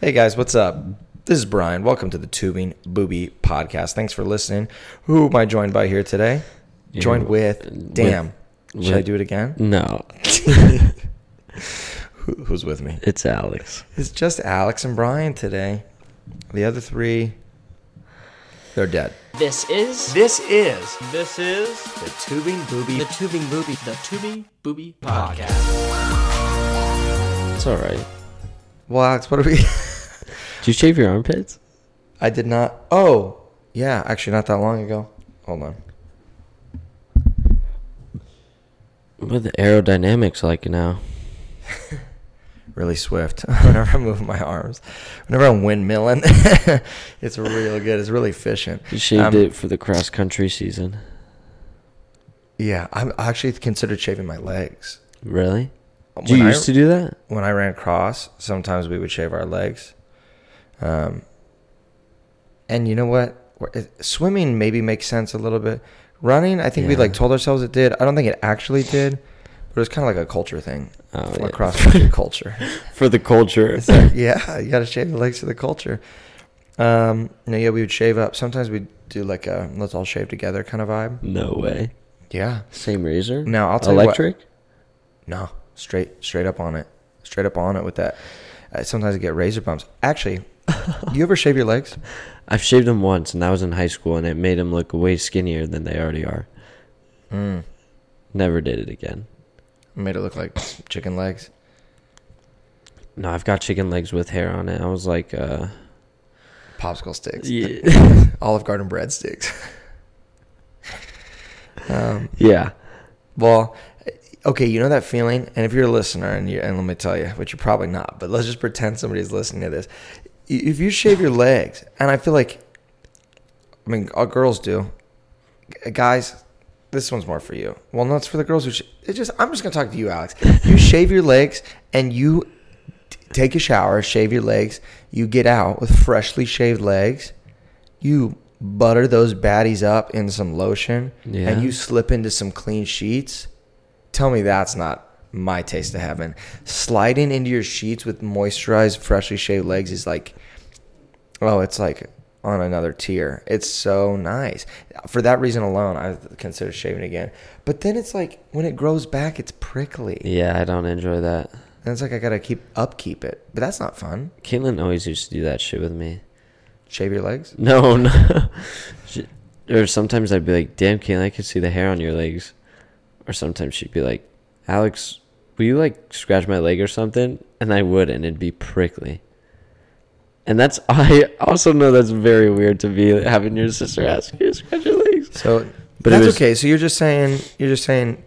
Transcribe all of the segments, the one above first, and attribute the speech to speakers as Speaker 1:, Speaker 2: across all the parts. Speaker 1: Hey guys, what's up? This is Brian. Welcome to the Tubing Booby Podcast. Thanks for listening. Who am I joined by here today?
Speaker 2: Yeah,
Speaker 1: joined with
Speaker 2: with-
Speaker 1: Damn. Should I
Speaker 2: with-
Speaker 1: do it again?
Speaker 2: No,
Speaker 1: Who- Who's with me?
Speaker 2: it's Alex.
Speaker 1: It's just Alex and Brian today. The other three, they're dead.
Speaker 3: This is
Speaker 4: This is
Speaker 3: this is
Speaker 4: the Tubing Booby
Speaker 3: the Tubing Booby the Tubing Booby podcast.
Speaker 2: It's all right.
Speaker 1: Well, Alex, what are we?
Speaker 2: Did you shave your armpits?
Speaker 1: I did not. Oh, yeah, actually, not that long ago. Hold on.
Speaker 2: Well, the aerodynamics like now.
Speaker 1: Really swift. Whenever I move my arms, whenever I'm windmilling, it's real good. It's really efficient.
Speaker 2: You shaved
Speaker 1: Um,
Speaker 2: it for the cross country season.
Speaker 1: Yeah, I'm I actually considered shaving my legs.
Speaker 2: Really? Do you
Speaker 1: When I-
Speaker 2: used to do that?
Speaker 1: when I ran cross, sometimes we would shave our legs. Um, and you know what? We're- it- Swimming maybe makes sense a little bit. Running, I think we
Speaker 2: Yeah.
Speaker 1: like told ourselves it did. I don't think it actually did, but it was kind of like a culture thing,
Speaker 2: Oh,
Speaker 1: from
Speaker 2: yeah.
Speaker 1: a cross country culture.
Speaker 2: For the culture.
Speaker 1: It's like, yeah, you got to shave the legs for the culture. Um, you know, yeah, we would shave up. Sometimes we'd do like a let's all shave together kind of vibe.
Speaker 2: No way.
Speaker 1: Yeah.
Speaker 2: Same razor?
Speaker 1: No, I'll tell you what.
Speaker 2: Electric?
Speaker 1: No, straight straight up on it, straight up on it with that. Uh, sometimes I get razor bumps. Actually, you ever shave your legs?
Speaker 2: I've shaved them once, and I was in high school, and it made them look way skinnier than they already are.
Speaker 1: Mm.
Speaker 2: Never did it again.
Speaker 1: Made it look like chicken legs.
Speaker 2: No, I've got chicken legs with hair on it. I was like, uh,
Speaker 1: Popsicle sticks.
Speaker 2: yeah.
Speaker 1: Olive Garden breadsticks. um,
Speaker 2: yeah.
Speaker 1: well, okay, you know that feeling? And if you're a listener, and, you, and let me tell you, which you're probably not, but let's just pretend somebody's listening to this. If you shave your legs, and I feel like, I mean, all girls do. G- Guys, this one's more for you. Well, no, it's for the girls who. Sh- it just I'm just gonna talk to you, Alex. You shave your legs and you t- take a shower, shave your legs. You get out with freshly shaved legs. You butter those baddies up in some lotion,
Speaker 2: Yeah.
Speaker 1: and you slip into some clean sheets. Tell me that's not my taste of heaven. Sliding into your sheets with moisturized, freshly shaved legs is like Oh, it's like on another tier. It's so nice. For that reason alone, I consider shaving again. But then it's like when it grows back, it's prickly.
Speaker 2: Yeah, I don't enjoy that.
Speaker 1: And it's like I gotta keep upkeep it. But that's not fun.
Speaker 2: Caitlin always used to do that shit with me.
Speaker 1: Shave your legs.
Speaker 2: No, no. she, or sometimes I'd be like, "Damn, Caitlin, I could see the hair on your legs." Or sometimes she'd be like, "Alex, will you like scratch my leg or something?" And I would, and it'd be prickly. And that's I also know that's very weird to be having your sister ask you to scratch your legs.
Speaker 1: So, but
Speaker 2: But it
Speaker 1: that's
Speaker 2: was-
Speaker 1: okay. So you're just saying you're just saying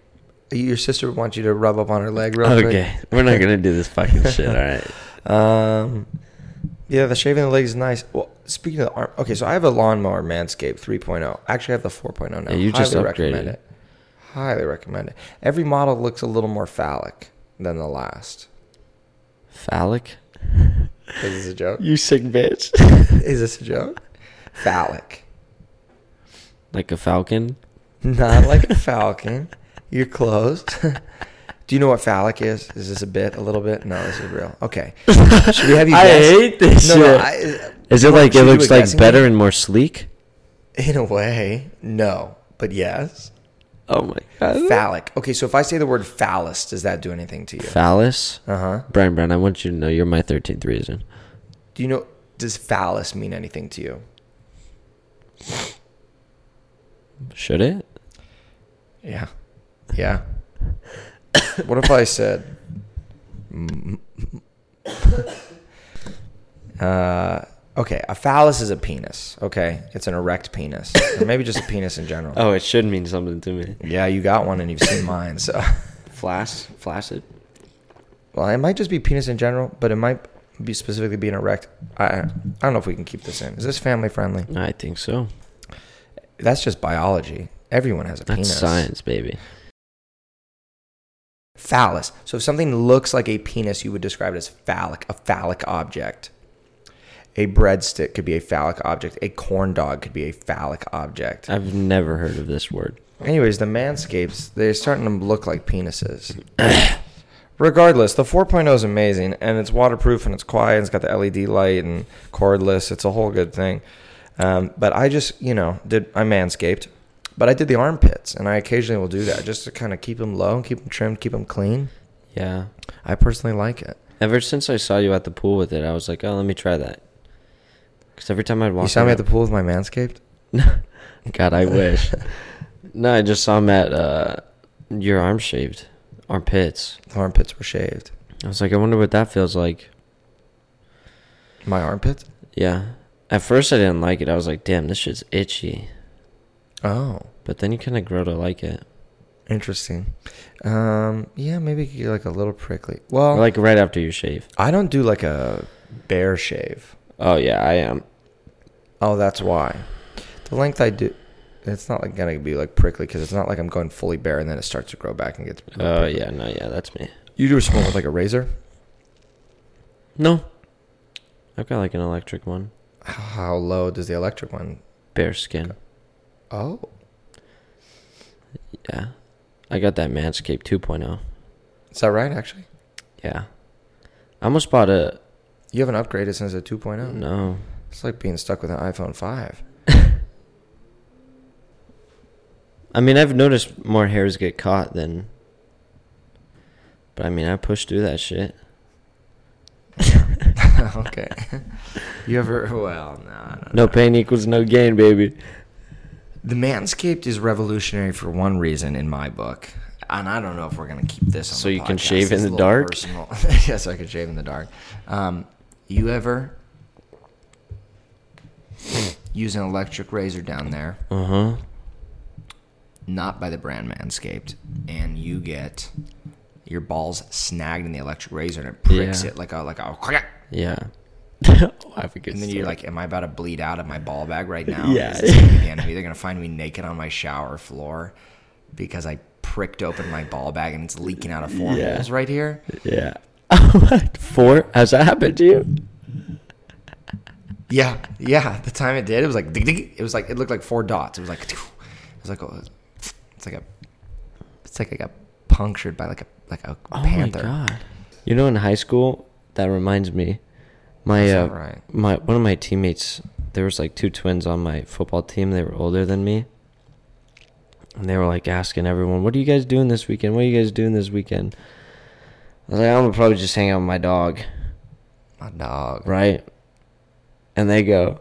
Speaker 1: your sister would want you to rub up on her leg real
Speaker 2: Okay, we're not gonna do this fucking shit. All right.
Speaker 1: quick. Um, yeah, the shaving the legs is nice. Well, speaking of the arm, okay, so I have a lawnmower Manscaped 3.0. Actually, I have the 4.0 now.
Speaker 2: Yeah, you just
Speaker 1: Highly
Speaker 2: upgraded.
Speaker 1: recommend it. Highly recommend it. Every model looks a little more phallic than the last.
Speaker 2: Phallic.
Speaker 1: Is this a joke?
Speaker 2: You sick bitch.
Speaker 1: Is this a joke? Phallic.
Speaker 2: like a falcon.
Speaker 1: Not like a falcon. You're close. Do you know what phallic is? Is this a bit? A little bit? No, this is real. Okay. Should we have you
Speaker 2: I
Speaker 1: guess?
Speaker 2: hate this
Speaker 1: No, no,
Speaker 2: shit.
Speaker 1: I-
Speaker 2: Is it
Speaker 1: Well,
Speaker 2: like
Speaker 1: should
Speaker 2: it
Speaker 1: we do
Speaker 2: looks
Speaker 1: a
Speaker 2: like
Speaker 1: guessing
Speaker 2: better and more sleek?
Speaker 1: game? In a way, no. But yes.
Speaker 2: Oh my god.
Speaker 1: Phallic. Okay, so if I say the word phallus, does that do anything to you?
Speaker 2: Phallus.
Speaker 1: Uh huh.
Speaker 2: Brian, Brian, I want you to know you're my 13th reason.
Speaker 1: Do you know, does phallus mean anything to you?
Speaker 2: Should it?
Speaker 1: Yeah. Yeah. what if I said, mm, uh, okay, a phallus is a penis. Okay. It's an erect penis, or maybe just a penis in general.
Speaker 2: Oh, it should mean something to me.
Speaker 1: Yeah, you got one and you've seen mine. So,
Speaker 2: Flash, flaccid.
Speaker 1: well, it might just be penis in general, but it might be specifically be an erect. I, I don't know if we can keep this in. Is this family friendly?
Speaker 2: I think so.
Speaker 1: That's just biology. Everyone has a
Speaker 2: That's
Speaker 1: penis.
Speaker 2: science, baby.
Speaker 1: phallus. So if something looks like a penis, you would describe it as phallic, a phallic object. A breadstick could be a phallic object. A corn dog could be a phallic object.
Speaker 2: I've never heard of this word.
Speaker 1: Anyways, the manscapes, they're starting to look like penises. Regardless, the 4.0 is amazing and it's waterproof and it's quiet. And it's got the LED light and cordless. It's a whole good thing. Um, but I just, you know, did I manscaped, but I did the armpits and I occasionally will do that just to kind of keep them low and keep them trimmed, keep them clean.
Speaker 2: Yeah.
Speaker 1: I personally like it.
Speaker 2: Ever since I saw you at the pool with it, I was like, oh, let me try that. Because every time I'd walk,
Speaker 1: You saw me at
Speaker 2: around-
Speaker 1: the pool with my manscaped.
Speaker 2: God, I wish. no, I just saw him at uh, your arm shaved, armpits.
Speaker 1: The armpits were shaved.
Speaker 2: I was like, I wonder what that feels like.
Speaker 1: My armpit.
Speaker 2: Yeah. At first, I didn't like it. I was like, damn, this shit's itchy.
Speaker 1: Oh,
Speaker 2: But then you kind of grow to like it.
Speaker 1: interesting. Um, yeah, maybe it could get like a little prickly. Well,
Speaker 2: Or, like right after you shave.
Speaker 1: I don't do like a bear shave.
Speaker 2: Oh, yeah, I am.
Speaker 1: Oh, that's why. The length I do, it's not like gonna be like prickly because it's not like I'm going fully bare and then it starts to grow back and gets.
Speaker 2: Oh, yeah, no, yeah, that's me.
Speaker 1: You do a small with like a razor.
Speaker 2: No. I've got like an electric one.
Speaker 1: How low does the electric one?
Speaker 2: Bare skin.
Speaker 1: Oh,
Speaker 2: Yeah. I got that Manscaped 2.0.
Speaker 1: is that right? Actually,
Speaker 2: Yeah. I almost bought a.
Speaker 1: you haven't upgraded since a 2.0.
Speaker 2: No.
Speaker 1: oh? It's like being stuck with an iPhone 5.
Speaker 2: I mean, I've noticed more hairs get caught than. But I mean, I push through that shit.
Speaker 1: okay. you ever? Well, no, no.
Speaker 2: No pain equals no gain, baby.
Speaker 1: The Manscaped is revolutionary for one reason in my book, and I don't know if we're gonna keep this. On
Speaker 2: So
Speaker 1: the
Speaker 2: you can
Speaker 1: podcast. It's
Speaker 2: shave in
Speaker 1: a
Speaker 2: the
Speaker 1: little
Speaker 2: dark?
Speaker 1: personal. yes, I can shave in the dark. Um, you ever use an electric razor down there,
Speaker 2: Uh huh.
Speaker 1: not by the brand Manscaped, and you get your balls snagged in the electric razor and it pricks
Speaker 2: Yeah.
Speaker 1: it like a like a,
Speaker 2: Yeah. oh, I have a good
Speaker 1: and then
Speaker 2: story.
Speaker 1: you're like, am I about to bleed out of my ball bag right now?
Speaker 2: Yeah.
Speaker 1: Is this gonna be the end of me? They're gonna find me naked on my shower floor because I pricked open my ball bag and it's leaking out of four
Speaker 2: Yeah.
Speaker 1: holes right here.
Speaker 2: yeah. what? Four? Has that happened to you?
Speaker 1: Yeah, yeah. The time it did, it was like dig, dig. it was like it looked like four dots. It was like it was like a, it's like a it's like I got punctured by like a like a
Speaker 2: Oh
Speaker 1: panther.
Speaker 2: my god! You know, in high school, that reminds me, my uh,
Speaker 1: That's alright.
Speaker 2: my one of my teammates. There was like two twins on my football team. They were older than me, and they were like asking everyone, "What are you guys doing this weekend? What are you guys doing this weekend?" I was like, "I'm gonna probably just hang out with my dog,
Speaker 1: My dog.
Speaker 2: right?" And they go,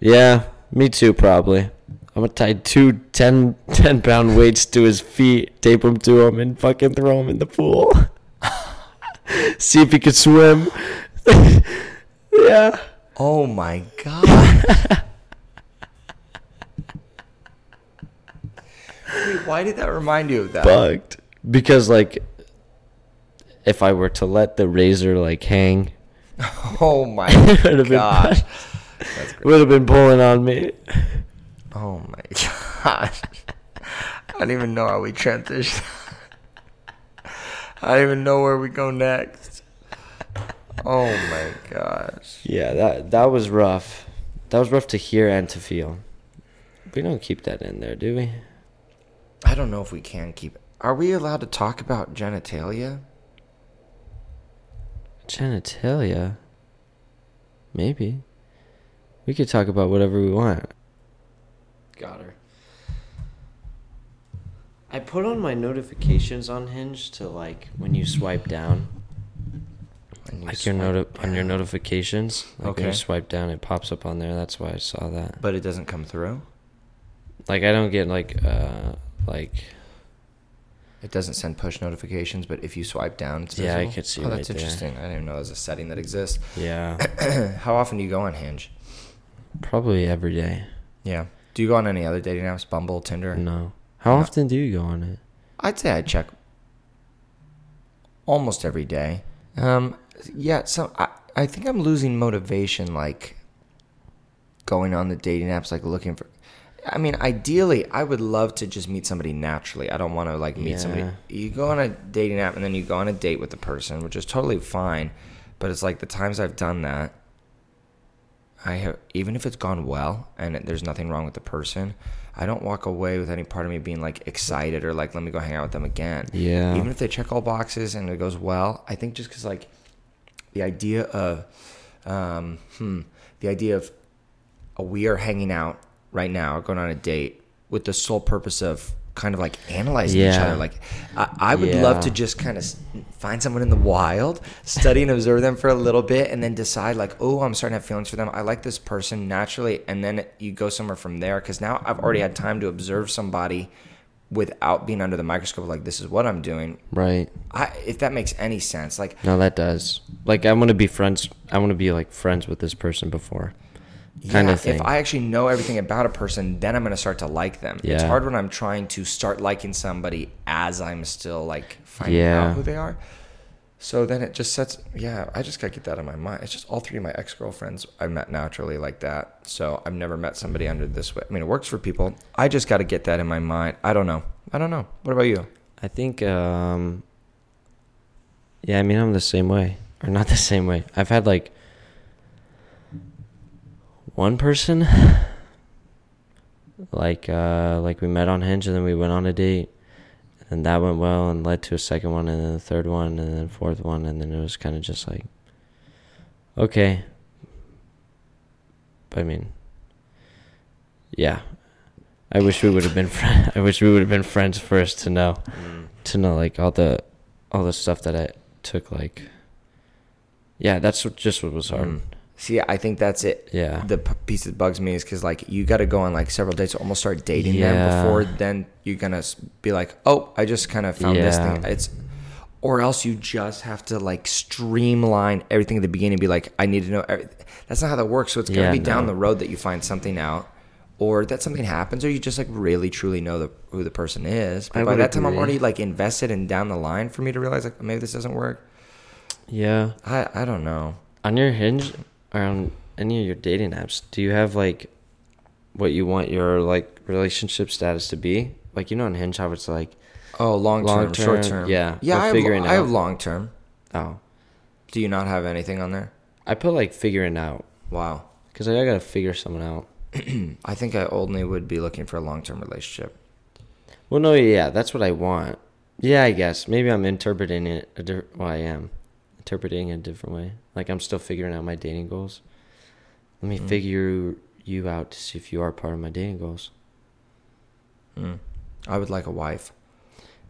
Speaker 2: "Yeah, me too, probably." I'm gonna tie two 10, 10 pound weights to his feet, tape them to him, and fucking throw him in the pool. See if he could swim. yeah.
Speaker 1: Oh my god. Wait, why did that remind you of that?
Speaker 2: Fucked. Because, like, if I were to let the razor, like, hang,
Speaker 1: Oh my
Speaker 2: it would have
Speaker 1: gosh.
Speaker 2: been, would have been pulling on me.
Speaker 1: Oh my gosh. I don't even know how we transitioned. I don't even know where we go next. Oh my gosh.
Speaker 2: Yeah, that, that was rough. That was rough to hear and to feel. We don't keep that in there, do we?
Speaker 1: I don't know if we can keep Are we allowed to talk about genitalia?
Speaker 2: Genitalia? Maybe. We could talk about whatever we want. Got her. I put on my notifications on Hinge to like when you swipe down,
Speaker 1: When you
Speaker 2: like your
Speaker 1: swipe
Speaker 2: noti- on your
Speaker 1: down.
Speaker 2: notifications. Like When
Speaker 1: Okay.
Speaker 2: you swipe down, it pops up on there. That's why I saw that.
Speaker 1: But it doesn't come through?
Speaker 2: Like I don't get like uh like
Speaker 1: It doesn't send push notifications, but if you swipe down, it's
Speaker 2: Yeah, I
Speaker 1: visible?
Speaker 2: could see
Speaker 1: Oh,
Speaker 2: right
Speaker 1: that's
Speaker 2: there.
Speaker 1: interesting. I didn't know there's a setting that exists.
Speaker 2: yeah,
Speaker 1: How often do you go on Hinge?
Speaker 2: probably every day.
Speaker 1: Yeah. Do you go on any other dating apps? Bumble, Tinder?
Speaker 2: No. How
Speaker 1: No.
Speaker 2: often do you go on it?
Speaker 1: I'd say I check almost every day. Um, yeah, so I, I think I'm losing motivation, like going on the dating apps, like looking for. I mean, ideally, I would love to just meet somebody naturally. I don't want to like meet somebody.
Speaker 2: Yeah.
Speaker 1: You go on a dating app and then you go on a date with the person, which is totally fine. But it's like the times I've done that, I have even if it's gone well and it- there's nothing wrong with the person, I don't walk away with any part of me being like excited or like let me go hang out with them again.
Speaker 2: Yeah.
Speaker 1: Even if they check all boxes and it goes well, I think just because like the idea of um, hmm, the idea of uh, we are hanging out right now, going on a date with the sole purpose of kind of like analyzing each
Speaker 2: Yeah.
Speaker 1: other. Like, I, I would love
Speaker 2: Yeah.
Speaker 1: to just kind of s- find someone in the wild, study and observe them for a little bit, and then decide like, oh, I'm starting to have feelings for them. I like this person naturally, and then you go somewhere from there because now I've already had time to observe somebody without being under the microscope. Like, this is what I'm doing.
Speaker 2: Right.
Speaker 1: I, if that makes any sense, like
Speaker 2: No, that does. Like I want to be friends. I want to be like friends with this person before. Kind
Speaker 1: yeah,
Speaker 2: of thing.
Speaker 1: If I actually know everything about a person, then I'm going to start to like them. It's
Speaker 2: Yeah.
Speaker 1: hard when I'm trying to start liking somebody as I'm still like finding
Speaker 2: Yeah.
Speaker 1: out who they are. So then it just sets. Yeah, I just got to get that in my mind. It's just all three of my ex girlfriends I met naturally like that. So I've never met somebody under this way. I mean, it works for people. I just got to get that in my mind. I don't know. I don't know. What about you?
Speaker 2: I think, um, yeah, I mean, I'm the same way. Or not the same way. I've had like one person, like, uh, like we met on Hinge and then we went on a date. And that went well and led to a second one and then a third one and then a fourth one. And then it was kind of just like, okay. I mean, yeah. I wish we would have been friends. I wish we would have been friends first to know to know like all the all the stuff that I took like yeah that's what, just what was hard
Speaker 1: Mm. See, I think that's it.
Speaker 2: yeah
Speaker 1: the p- piece that bugs me is because like you got to go on like several dates almost start dating them
Speaker 2: Yeah.
Speaker 1: before then you're gonna s- be like oh i just kind of found this
Speaker 2: Yeah.
Speaker 1: thing it's or else you just have to like streamline everything at the beginning and be like i need to know everything. that's not how that works so it's gonna
Speaker 2: Yeah,
Speaker 1: be down
Speaker 2: no.
Speaker 1: the road that you find something out or that something happens or you just like really truly know the, who the person is but
Speaker 2: I
Speaker 1: by
Speaker 2: would
Speaker 1: that time i'm
Speaker 2: agree.
Speaker 1: already like invested and down the line for me to realize like maybe this doesn't work
Speaker 2: yeah
Speaker 1: i i don't know
Speaker 2: on your hinge or on any of your dating apps do you have like what you want your like relationship status to be like you know on hinge how it's like
Speaker 1: oh long term
Speaker 2: Long-term,
Speaker 1: short term
Speaker 2: yeah,
Speaker 1: yeah
Speaker 2: we're
Speaker 1: I have,
Speaker 2: figuring
Speaker 1: I have
Speaker 2: out.
Speaker 1: long term
Speaker 2: oh
Speaker 1: Do you not have anything on there?
Speaker 2: I put like figuring out
Speaker 1: Wow.
Speaker 2: because like, I gotta figure someone out
Speaker 1: I think I only would be looking for a long term relationship.
Speaker 2: well no yeah that's what I want yeah I guess maybe I'm interpreting it a different well I am interpreting it a different way like I'm still figuring out my dating goals let me figure you out to see if you are part of my dating goals
Speaker 1: Mm. I would like a wife.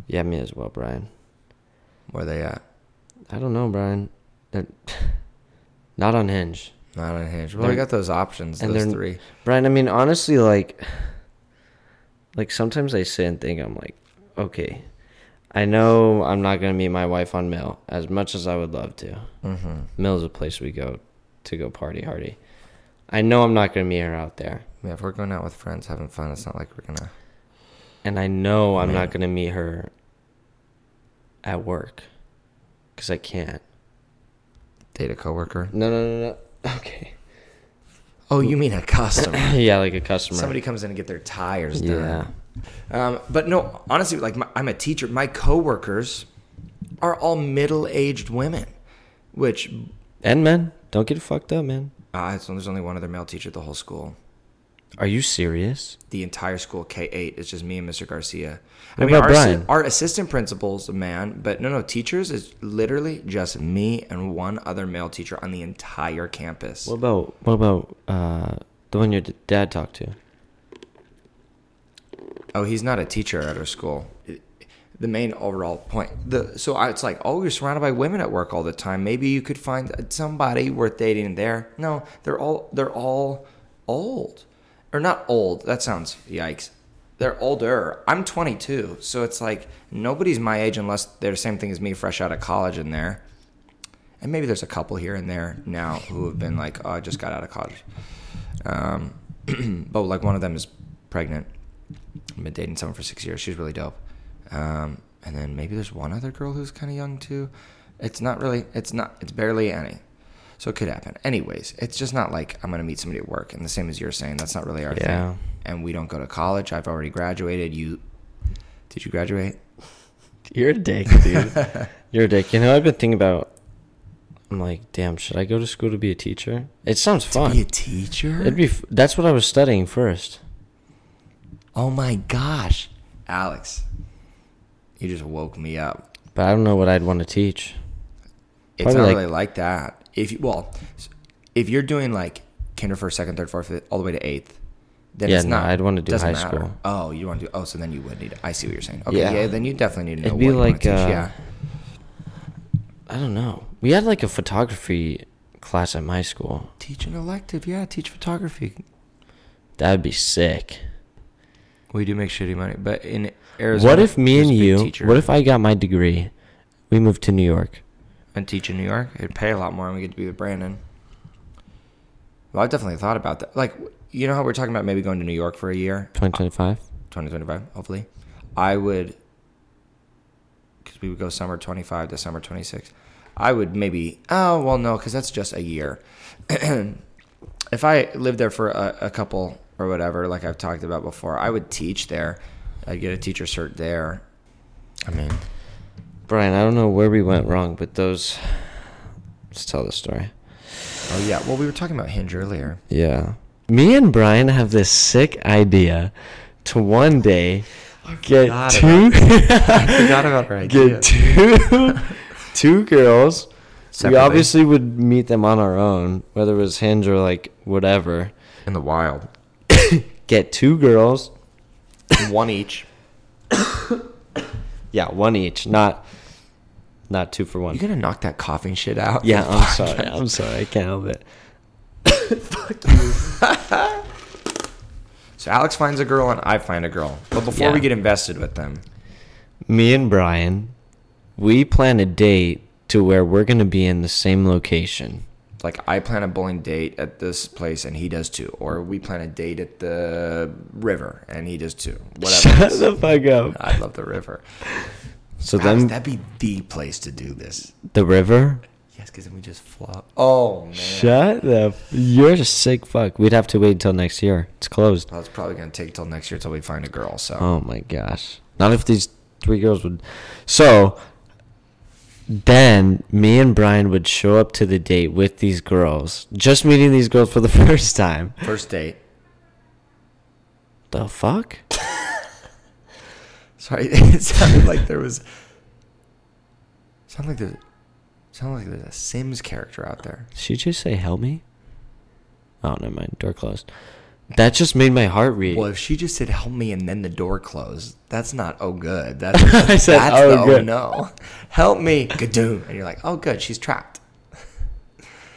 Speaker 2: yeah me as well Brian
Speaker 1: Where they at?
Speaker 2: I don't know Brian that not on Hinge
Speaker 1: Not on Hinge. Well, we
Speaker 2: They're-
Speaker 1: got those options,
Speaker 2: and
Speaker 1: those
Speaker 2: they're-
Speaker 1: three.
Speaker 2: Brian, I mean, honestly, like, like sometimes I sit and think, I'm like, okay, I know I'm not gonna meet my wife on Mill as much as I would love to.
Speaker 1: Mm-hmm.
Speaker 2: Mill is a place we go to go party hardy. I know I'm not gonna meet her out there,
Speaker 1: Yeah, if we're going out with friends having fun, it's not like we're gonna.
Speaker 2: and I know I'm
Speaker 1: Man.
Speaker 2: not gonna meet her at work because I can't.
Speaker 1: Date a coworker.
Speaker 2: No, no, no, no. Okay.
Speaker 1: Oh, you mean a customer?
Speaker 2: yeah, like a customer.
Speaker 1: Somebody comes in to get their tires done.
Speaker 2: Yeah.
Speaker 1: Um, but no, honestly, like my, I'm a teacher. My coworkers are all middle-aged women, which
Speaker 2: And men, don't get fucked up, man.
Speaker 1: uh, so there's only one other male teacher at the whole school.
Speaker 2: Are you serious?
Speaker 1: the entire school K eight. It's just me and Mr. Garcia.
Speaker 2: What
Speaker 1: I mean,
Speaker 2: about
Speaker 1: our, assi-
Speaker 2: Brian?
Speaker 1: our assistant principal's a man, but no, no, teachers is literally just me and one other male teacher on the entire campus.
Speaker 2: What about what about uh, the one your d- dad talked to?
Speaker 1: oh, he's not a teacher at our school. It- the main overall point. The so I, it's like, oh, you're surrounded by women at work all the time. Maybe you could find somebody worth dating there. No, they're all they're all old, or not old. That sounds yikes. They're older. I'm 22, so it's like nobody's my age unless they're the same thing as me, fresh out of college, in there. And maybe there's a couple here and there now who have been like, oh, I just got out of college. Um, but like one of them is pregnant. I've been dating someone for six years. She's really dope. Um, and then maybe there's one other girl who's kind of young too. It's not really. It's not. It's barely any. So it could happen. Anyways, it's just not like I'm gonna meet somebody at work. And the same as you're saying, that's not really our
Speaker 2: Yeah.
Speaker 1: thing. And we don't go to college. I've already graduated. You, did you graduate?
Speaker 2: You're a dick, dude. You're a dick. You know, I've been thinking about I'm like, damn, should I go to school to be a teacher? It sounds fun.
Speaker 1: Be a teacher?
Speaker 2: It'd be. F- that's what I was studying first.
Speaker 1: oh my gosh, Alex, you just woke me up.
Speaker 2: But I don't know what I'd want to teach.
Speaker 1: It's
Speaker 2: Probably
Speaker 1: not
Speaker 2: like-
Speaker 1: really like that. If you, well, s- if you're doing like kinder first, second, third, fourth, fifth, all the way to eighth, then
Speaker 2: Yeah,
Speaker 1: it's
Speaker 2: no,
Speaker 1: not.
Speaker 2: I'd wanna do
Speaker 1: doesn't
Speaker 2: high
Speaker 1: matter.
Speaker 2: school.
Speaker 1: Oh, you want to do? Oh, so then you would need. I see what you're saying. Okay,
Speaker 2: Yeah.
Speaker 1: yeah, then you definitely need to know
Speaker 2: It'd
Speaker 1: what
Speaker 2: be
Speaker 1: you wanna
Speaker 2: like,
Speaker 1: teach.
Speaker 2: uh,
Speaker 1: yeah,
Speaker 2: I don't know. We had like a photography class at my school.
Speaker 1: teach an elective. Yeah, teach photography.
Speaker 2: That would be sick.
Speaker 1: We do make shitty money, but in Arizona,
Speaker 2: what if me
Speaker 1: there's
Speaker 2: and
Speaker 1: a big
Speaker 2: you?
Speaker 1: teacher.
Speaker 2: What if I got my degree? We moved to New York.
Speaker 1: and teach in New York. It'd pay a lot more, and we get to be with Brandon. Well, I've definitely thought about that. Like, you know how we're talking about maybe going to New York for a year,
Speaker 2: 2025.
Speaker 1: 2025, hopefully. I would, because we would go summer 25 to summer 26. I would maybe, oh, well, no, because that's just a year. if I lived there for a, a couple or whatever, like I've talked about before, I would teach there. I'd get a teacher cert there. I mean,
Speaker 2: Brian, I don't know where we went wrong, but those. Let's tell the story.
Speaker 1: oh, yeah. Well, we were talking about Hinge earlier.
Speaker 2: Yeah. Me and Brian have this sick idea to one day get
Speaker 1: forgot
Speaker 2: two
Speaker 1: Forgot about her
Speaker 2: get two two girls.
Speaker 1: Separately.
Speaker 2: We obviously would meet them on our own, whether it was Hinge or like whatever.
Speaker 1: In the wild.
Speaker 2: Get two girls.
Speaker 1: One each.
Speaker 2: Yeah, one each, not not two for one.
Speaker 1: You gonna knock that coughing shit out?
Speaker 2: yeah, I'm sorry. I'm sorry. I can't help it.
Speaker 1: So Alex finds a girl and I find a girl. But before
Speaker 2: Yeah.
Speaker 1: we get invested with them,
Speaker 2: me and Brian, we plan a date to where we're going to be in the same location.
Speaker 1: like I plan a bowling date at this place and he does too, or we plan a date at the river and he does too. Whatever.
Speaker 2: Shut the fuck up.
Speaker 1: I love the river.
Speaker 2: So
Speaker 1: Alex,
Speaker 2: then
Speaker 1: that'd be the place to do this.
Speaker 2: the river.
Speaker 1: Yes, because then we just flop. Oh man,
Speaker 2: Shut the. F- You're a sick fuck. We'd have to wait until next year. It's closed.
Speaker 1: that's probably gonna take till next year till we find a girl. So
Speaker 2: Oh my gosh. Not if these three girls would. So then me and Brian would show up to the date with these girls, just meeting these girls for the first time.
Speaker 1: first date.
Speaker 2: The fuck?
Speaker 1: Sorry, it sounded like there was. Sounded like there. Sounded like there's a Sims character out there.
Speaker 2: She just say help me? Oh never mind, door closed. That just made my heart read.
Speaker 1: Well, if she just said "help me" and then the door closed, that's not oh good. That's
Speaker 2: I said,
Speaker 1: that's
Speaker 2: "Oh,
Speaker 1: the,
Speaker 2: good."
Speaker 1: oh no, help me, gadoom, and you're like oh good, she's trapped.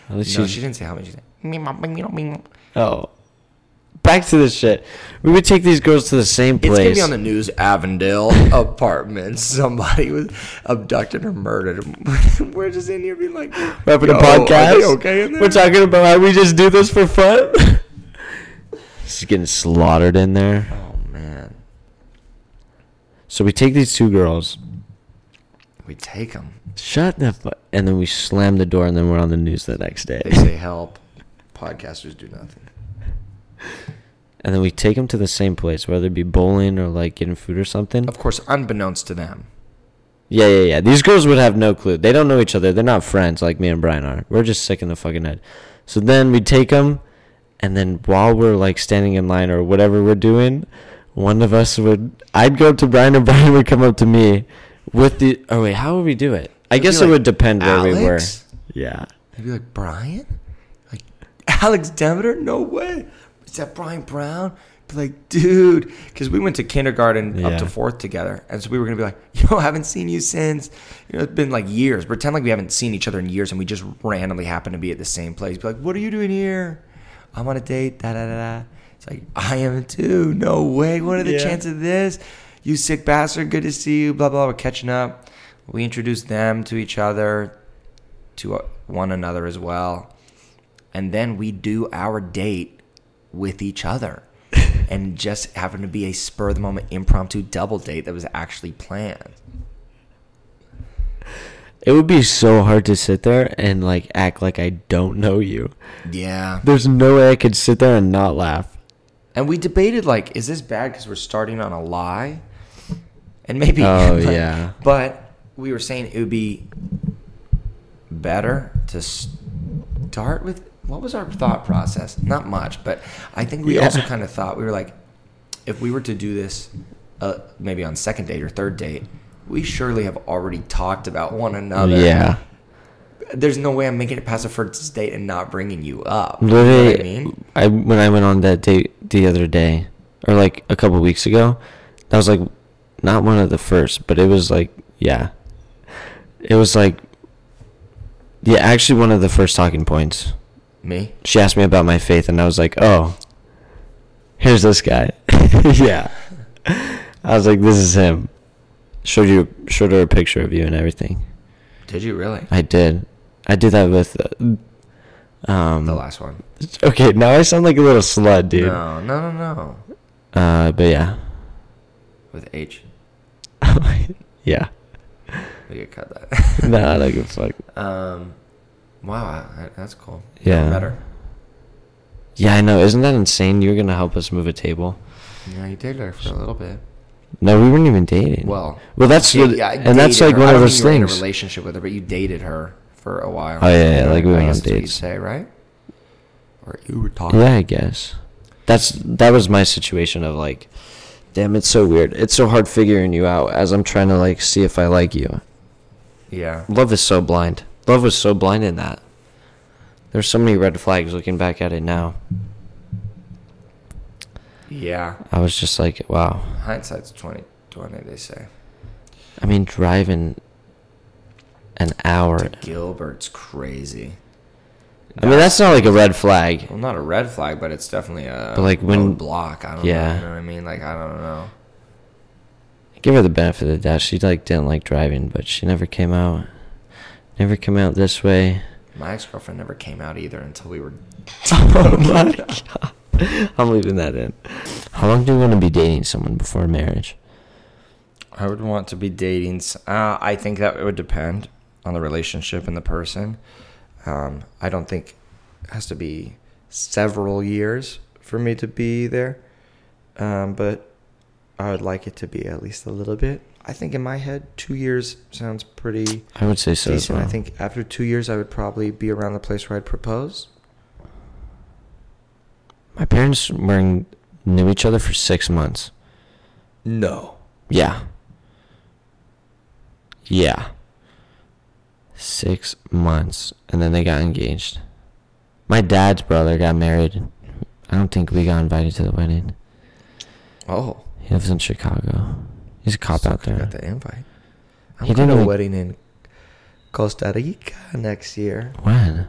Speaker 2: At least
Speaker 1: no,
Speaker 2: she-
Speaker 1: she didn't say help me. She said meep, meep, meep, meep.
Speaker 2: oh. Back to this shit. We would take these girls to the same
Speaker 1: It's
Speaker 2: place.
Speaker 1: gonna be on the news. Avondale apartments. Somebody was abducted or murdered. We're just in here being like,
Speaker 2: We're having a
Speaker 1: "Yo,
Speaker 2: podcast.
Speaker 1: Are they okay in there?
Speaker 2: We're talking about how we just do this for fun. She's getting slaughtered in there.
Speaker 1: oh man,
Speaker 2: So we take these two girls.
Speaker 1: we take them.
Speaker 2: Shut the fuck. And then we slam the door, and then we're on the news the next day.
Speaker 1: They say help. Podcasters do nothing.
Speaker 2: and then we take them to the same place, whether it be bowling or like getting food or something.
Speaker 1: Of course, unbeknownst to them.
Speaker 2: Yeah, yeah, yeah. These girls would have no clue. They don't know each other. They're not friends like me and Brian are. We're just sick in the fucking head. So then we take them, and then while we're like standing in line or whatever we're doing, one of us would. I'd go up to Brian, or Brian would come up to me with the. Oh wait, how would we do it? I
Speaker 1: It'd
Speaker 2: guess
Speaker 1: be
Speaker 2: it
Speaker 1: like,
Speaker 2: would depend where we were.
Speaker 1: "Alex?"
Speaker 2: Yeah.
Speaker 1: They'd be like, Brian? Like, Alex Demeter? No way. Is that Brian Brown? Be like, dude. Because we went to kindergarten
Speaker 2: Yeah.
Speaker 1: up to fourth together. And so we were going to be like, yo, I haven't seen you since. You know, it's been like years. Pretend like we haven't seen each other in years and we just randomly happen to be at the same place. Be like, what are you doing here? I'm on a date. Da da da da. It's like, I am too. No way. What are the
Speaker 2: Yeah.
Speaker 1: chances of this? You sick bastard. Good to see you. Blah, blah. We're catching up. We introduced them to each other to uh, one another as well. And then we do our date with each other. and just happened to be a spur of the moment impromptu double date that was actually planned.
Speaker 2: It would be so hard to sit there and like act like I don't know you.
Speaker 1: Yeah.
Speaker 2: There's no way I could sit there and not laugh.
Speaker 1: And we debated like, is this bad because we're starting on a lie? And maybe
Speaker 2: Oh,
Speaker 1: but-
Speaker 2: yeah.
Speaker 1: But we were saying it would be better to start with what was our thought process? Not much, but I think we
Speaker 2: Yeah.
Speaker 1: also kind of thought we were like, if we were to do this, uh, maybe on second date or third date, we surely have already talked about one another.
Speaker 2: yeah.
Speaker 1: There's no way I'm making it past a first date and not bringing you up. You know
Speaker 2: Literally,
Speaker 1: what I mean?
Speaker 2: I when I went on that date the other day, or like a couple weeks ago, that was like not one of the first, but it was like yeah, it was like yeah, actually one of the first talking points.
Speaker 1: Me?
Speaker 2: She asked me about my faith, and I was like, oh, here's this guy. yeah, I was like, this is him. Showed you showed her a picture of you and everything.
Speaker 1: Did you really?
Speaker 2: I did. I did that with. Uh, um,
Speaker 1: the last one.
Speaker 2: Okay, now I sound like a little slut, dude.
Speaker 1: No, no, no, no.
Speaker 2: Uh, but yeah,
Speaker 1: With H.
Speaker 2: yeah.
Speaker 1: We could cut that.
Speaker 2: Nah, I don't give a fuck.
Speaker 1: Um, wow, that- that's cool.
Speaker 2: Yeah.
Speaker 1: Better.
Speaker 2: Yeah, I know. Isn't that insane? You were gonna help us move a table.
Speaker 1: Yeah, you dated her for a little bit.
Speaker 2: No, we weren't even dating.
Speaker 1: Well,
Speaker 2: well, that's
Speaker 1: Yeah,
Speaker 2: what-
Speaker 1: yeah, I
Speaker 2: and that's
Speaker 1: dated
Speaker 2: like
Speaker 1: her.
Speaker 2: one
Speaker 1: I
Speaker 2: of
Speaker 1: don't
Speaker 2: those
Speaker 1: think you were In a
Speaker 2: things.
Speaker 1: relationship with her, but you dated her for a while.
Speaker 2: Oh, yeah, yeah, like we
Speaker 1: I
Speaker 2: went on
Speaker 1: guess that's what
Speaker 2: dates.
Speaker 1: you'd say right? Or you were talking.
Speaker 2: Yeah, I guess. That's that was my situation of like, damn, it's so weird. It's so hard figuring you out as I'm trying to like see if I like you.
Speaker 1: Yeah.
Speaker 2: Love is so blind. Love was so blind in that. There's so many red flags looking back at it now.
Speaker 1: Yeah.
Speaker 2: I was just like, wow.
Speaker 1: Hindsight's twenty twenty. They say.
Speaker 2: I mean, driving an hour.
Speaker 1: To Gilbert's crazy.
Speaker 2: I mean, that's not like a red flag.
Speaker 1: Well, not a red flag, but it's definitely a
Speaker 2: But, like, when-
Speaker 1: block. I don't know.
Speaker 2: Yeah.
Speaker 1: You know what I mean? Like I don't know.
Speaker 2: Give her the benefit of the doubt. She like didn't like driving, but she never came out. Never come out this way.
Speaker 1: My ex girlfriend never came out either until we were.
Speaker 2: oh my god! I'm leaving that in. How long do you want to be dating someone before marriage?
Speaker 1: I would want to be dating. s- Uh, I think that it would depend on the relationship and the person. Um, I don't think it has to be several years for me to be there, um, but I would like it to be at least a little bit. I think in my head, two years sounds pretty
Speaker 2: I would say so. as
Speaker 1: decent. I
Speaker 2: well.
Speaker 1: think after two years, I would probably be around the place where I'd propose.
Speaker 2: my parents were in, knew each other for six months.
Speaker 1: No.
Speaker 2: Yeah. Yeah. Six months. And then they got engaged. My dad's brother got married. I don't think we got invited to the wedding.
Speaker 1: Oh.
Speaker 2: He lives in Chicago. He's a cop
Speaker 1: Still
Speaker 2: out
Speaker 1: could've
Speaker 2: there.
Speaker 1: Got the invite. I'm
Speaker 2: He
Speaker 1: going
Speaker 2: didn't
Speaker 1: to a
Speaker 2: even-
Speaker 1: wedding in Costa Rica next year.
Speaker 2: When?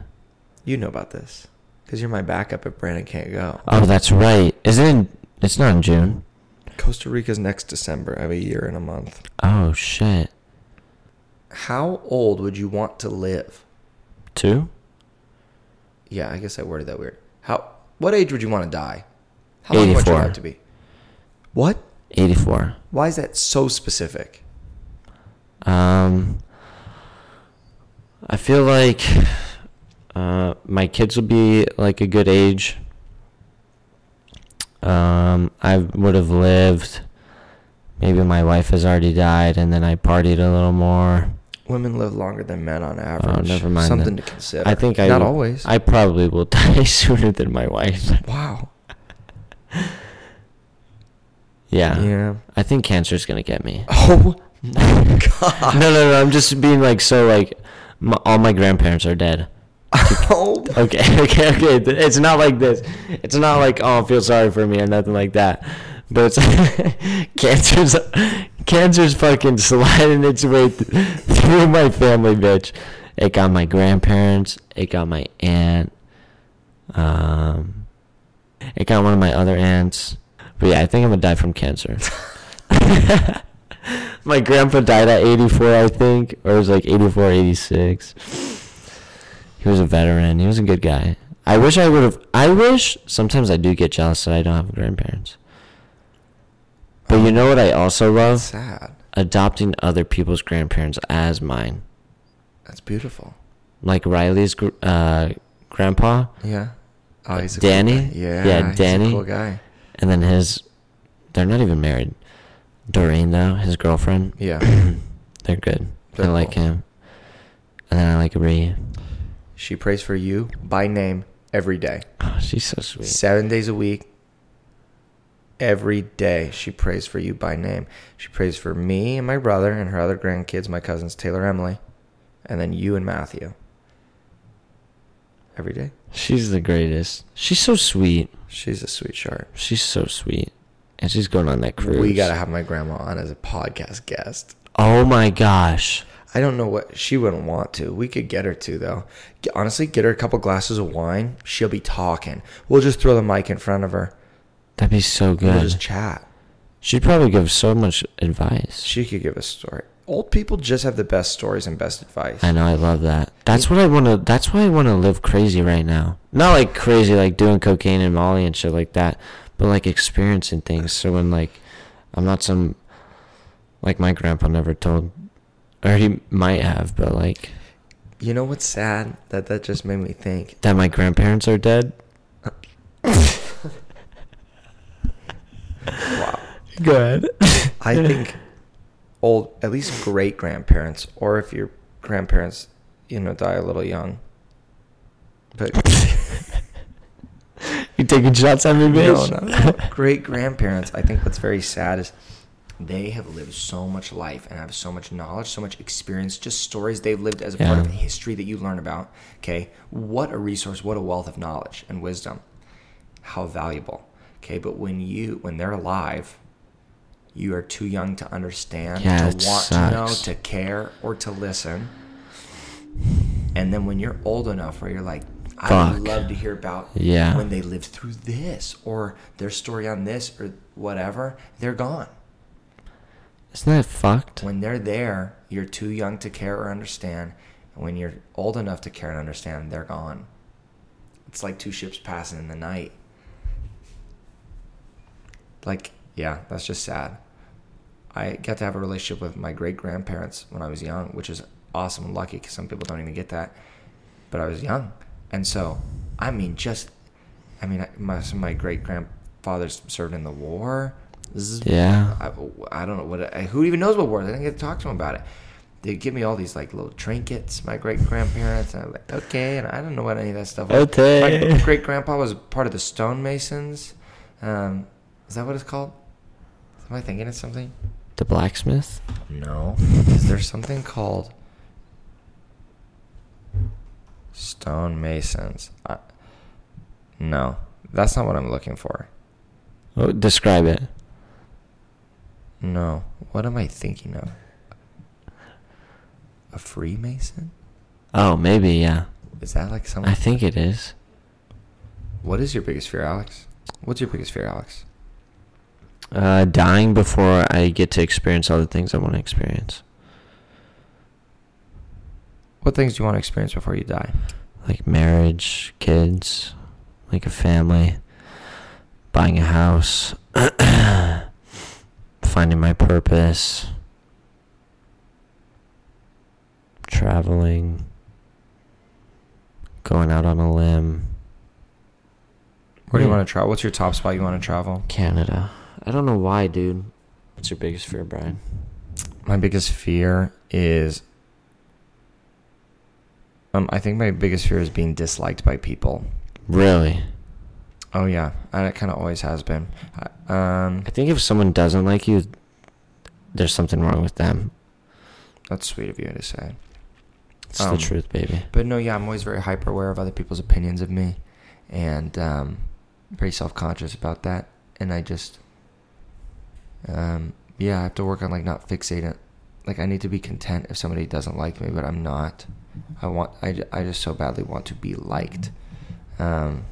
Speaker 1: You know about this because you're my backup if Brandon can't go.
Speaker 2: Oh, that's right. Is it in, it's not in June.
Speaker 1: Costa Rica's next December. I have a year and a month.
Speaker 2: Oh, shit.
Speaker 1: How old would you want to live?
Speaker 2: Two?
Speaker 1: Yeah, I guess I worded that weird. How? What age would you want to die? How old would you
Speaker 2: 84.
Speaker 1: want to be? What?
Speaker 2: 84.
Speaker 1: Why is that so specific?
Speaker 2: Um, I feel like uh, my kids will be like a good age. Um, I would have lived. Maybe my wife has already died, and then I partied a little more.
Speaker 1: Women live longer than men on average.
Speaker 2: Oh, never mind
Speaker 1: Something
Speaker 2: then.
Speaker 1: to consider.
Speaker 2: I think I
Speaker 1: not
Speaker 2: will-
Speaker 1: always.
Speaker 2: I probably will die sooner than my wife.
Speaker 1: wow.
Speaker 2: Yeah.
Speaker 1: Yeah.
Speaker 2: I think cancer's gonna get me.
Speaker 1: Oh my god.
Speaker 2: no, no, no. I'm just being like so. Like, my, all my grandparents are dead.
Speaker 1: Oh my-
Speaker 2: Okay, okay, okay. th- It's not like this. It's not like oh, feel sorry for me or nothing like that. But it's cancer's cancer's fucking sliding its way th- through my family, bitch. It got my grandparents. It got my aunt. Um, it got one of my other aunts. But yeah, I think I'm gonna die from cancer. my grandpa died at 84, I think, or it was like 84, 86. He was a veteran. He was a good guy. I wish I would have. I wish sometimes I do get jealous that I don't have grandparents. But you know what I also
Speaker 1: That's
Speaker 2: love?
Speaker 1: sad.
Speaker 2: Adopting other people's grandparents as mine.
Speaker 1: That's beautiful.
Speaker 2: Like Riley's gr- uh, grandpa,
Speaker 1: Yeah. Oh, he's a
Speaker 2: Danny?
Speaker 1: Cool guy. Yeah.
Speaker 2: Yeah,
Speaker 1: he's a
Speaker 2: Danny.
Speaker 1: cool guy.
Speaker 2: and then his. They're not even married. Doreen, though, his girlfriend.
Speaker 1: Yeah.
Speaker 2: They're good.
Speaker 1: They're
Speaker 2: I like
Speaker 1: cool.
Speaker 2: him. And then I like Rhea.
Speaker 1: She prays for you by name every day.
Speaker 2: Oh, she's so sweet.
Speaker 1: Seven days a week. Every day she prays for you by name. She prays for me and my brother and her other grandkids, my cousins Taylor, Emily, and then you and Matthew. Every day.
Speaker 2: She's the greatest. She's so sweet.
Speaker 1: She's a sweet shark.
Speaker 2: She's so sweet. And she's going on that cruise.
Speaker 1: We gotta have my grandma on as a podcast guest.
Speaker 2: Oh my gosh.
Speaker 1: I don't know what she wouldn't want to. We could get her to though. G- Honestly, get her a couple glasses of wine. She'll be talking. We'll just throw the mic in front of her.
Speaker 2: That'd be so
Speaker 1: We'll
Speaker 2: good.
Speaker 1: just chat.
Speaker 2: She'd probably give so much advice.
Speaker 1: She could give a story. Old people just have the best stories and best advice.
Speaker 2: I know, I love that. That's what I want to. That's why I want to live crazy right now. Not like crazy, like doing cocaine and Molly and shit like that, but like experiencing things. So when like, I'm not some, like my grandpa never told, or he might have, but like
Speaker 1: You know what's sad? That that just made me think.
Speaker 2: that my grandparents are dead.
Speaker 1: Wow.
Speaker 2: Go ahead.
Speaker 1: I think old, at least great grandparents, or if your grandparents, you know, die a little young. But
Speaker 2: you taking shots at me,
Speaker 1: no,
Speaker 2: bitch?
Speaker 1: no, no. great grandparents. I think what's very sad is they have lived so much life and have so much knowledge, so much experience, just stories they've lived as a part of
Speaker 2: Yeah.
Speaker 1: history that you learn about. Okay, what a resource! What a wealth of knowledge and wisdom. How valuable. Okay, but when you when they're alive, you are too young to understand,
Speaker 2: Yeah,
Speaker 1: to
Speaker 2: it
Speaker 1: want to know,
Speaker 2: sucks.
Speaker 1: to care, or to listen. And then when you're old enough, where you're like, I would
Speaker 2: Fuck.
Speaker 1: love to hear about
Speaker 2: Yeah.
Speaker 1: when they lived through this or their story on this or whatever, they're gone.
Speaker 2: Isn't that fucked?
Speaker 1: When they're there, you're too young to care or understand. And when you're old enough to care and understand, they're gone. It's like two ships passing in the night. Like, yeah, that's just sad. I got to have a relationship with my great grandparents when I was young, which is awesome and lucky because some people don't even get that. But I was young. And so, I mean, just, I mean, I- my, some of my great grandfathers served in the war. This is
Speaker 2: Yeah.
Speaker 1: I, I don't know what I, who even knows what wars. I didn't get to talk to them about it. They give me all these like little trinkets, my great grandparents, and I'm like, okay, and I don't know what any of that stuff. was.
Speaker 2: Okay.
Speaker 1: My great grandpa was part of the stonemasons. Um, is that what it's called? Am I thinking of something?
Speaker 2: The blacksmith.
Speaker 1: No. Is there something called stonemasons? I, no, that's not what I'm looking for.
Speaker 2: Oh, describe it.
Speaker 1: No. What am I thinking of? A Freemason?
Speaker 2: Oh, maybe yeah.
Speaker 1: Is that like someone?
Speaker 2: I think it is.
Speaker 1: What is your biggest fear, Alex? What's your biggest fear, Alex?
Speaker 2: Uh, dying before I get to experience all the things I want to experience,
Speaker 1: What things do you want to experience before you die?
Speaker 2: like marriage, kids, like a family, buying a house, finding my purpose, traveling, going out on a limb.
Speaker 1: Where do you
Speaker 2: Yeah.
Speaker 1: want to travel? What's your top spot you want to travel?
Speaker 2: Canada. I don't know why, dude. What's your biggest fear, Brian?
Speaker 1: My biggest fear is. Um, I think my biggest fear is being disliked by people.
Speaker 2: Really?
Speaker 1: Oh yeah, and it kind of always has been. I- Um,
Speaker 2: I think if someone doesn't like you, there's something wrong with them.
Speaker 1: that's sweet of you to say.
Speaker 2: It's
Speaker 1: Um,
Speaker 2: the truth, baby.
Speaker 1: But no, yeah, I'm always very hyper aware of other people's opinions of me, and um, very self conscious about that. And I just, um, yeah, I have to work on like not fixating. Like I need to be content if somebody doesn't like me, but I'm not. I want. I, ju- I just so badly want to be liked. Um,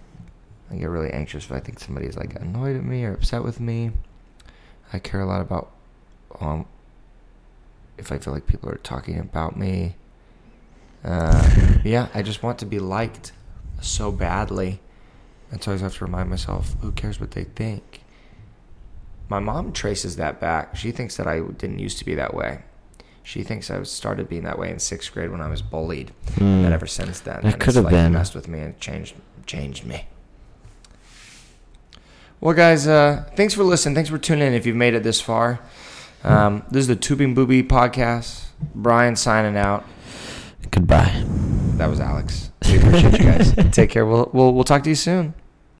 Speaker 1: I get really anxious if I think somebody's like annoyed at me or upset with me. I care a lot about um, if I feel like people are talking about me. Uh, yeah, I just want to be liked so badly. And so I always have to remind myself, who cares what they think? My mom traces that back. She thinks that I didn't used to be that way. She thinks I was started being that way in sixth grade when I was bullied.
Speaker 2: Hmm.
Speaker 1: And ever since then,
Speaker 2: That
Speaker 1: and it's,
Speaker 2: could have
Speaker 1: like,
Speaker 2: been.
Speaker 1: messed with me and changed changed me. Well, guys, uh, thanks for listening. Thanks for tuning in. If you've made it this far, um, this is the Tubing Booby podcast. Brian signing out.
Speaker 5: Goodbye.
Speaker 1: That was Alex. We appreciate you guys. Take care. We'll, we'll, we'll talk to you soon.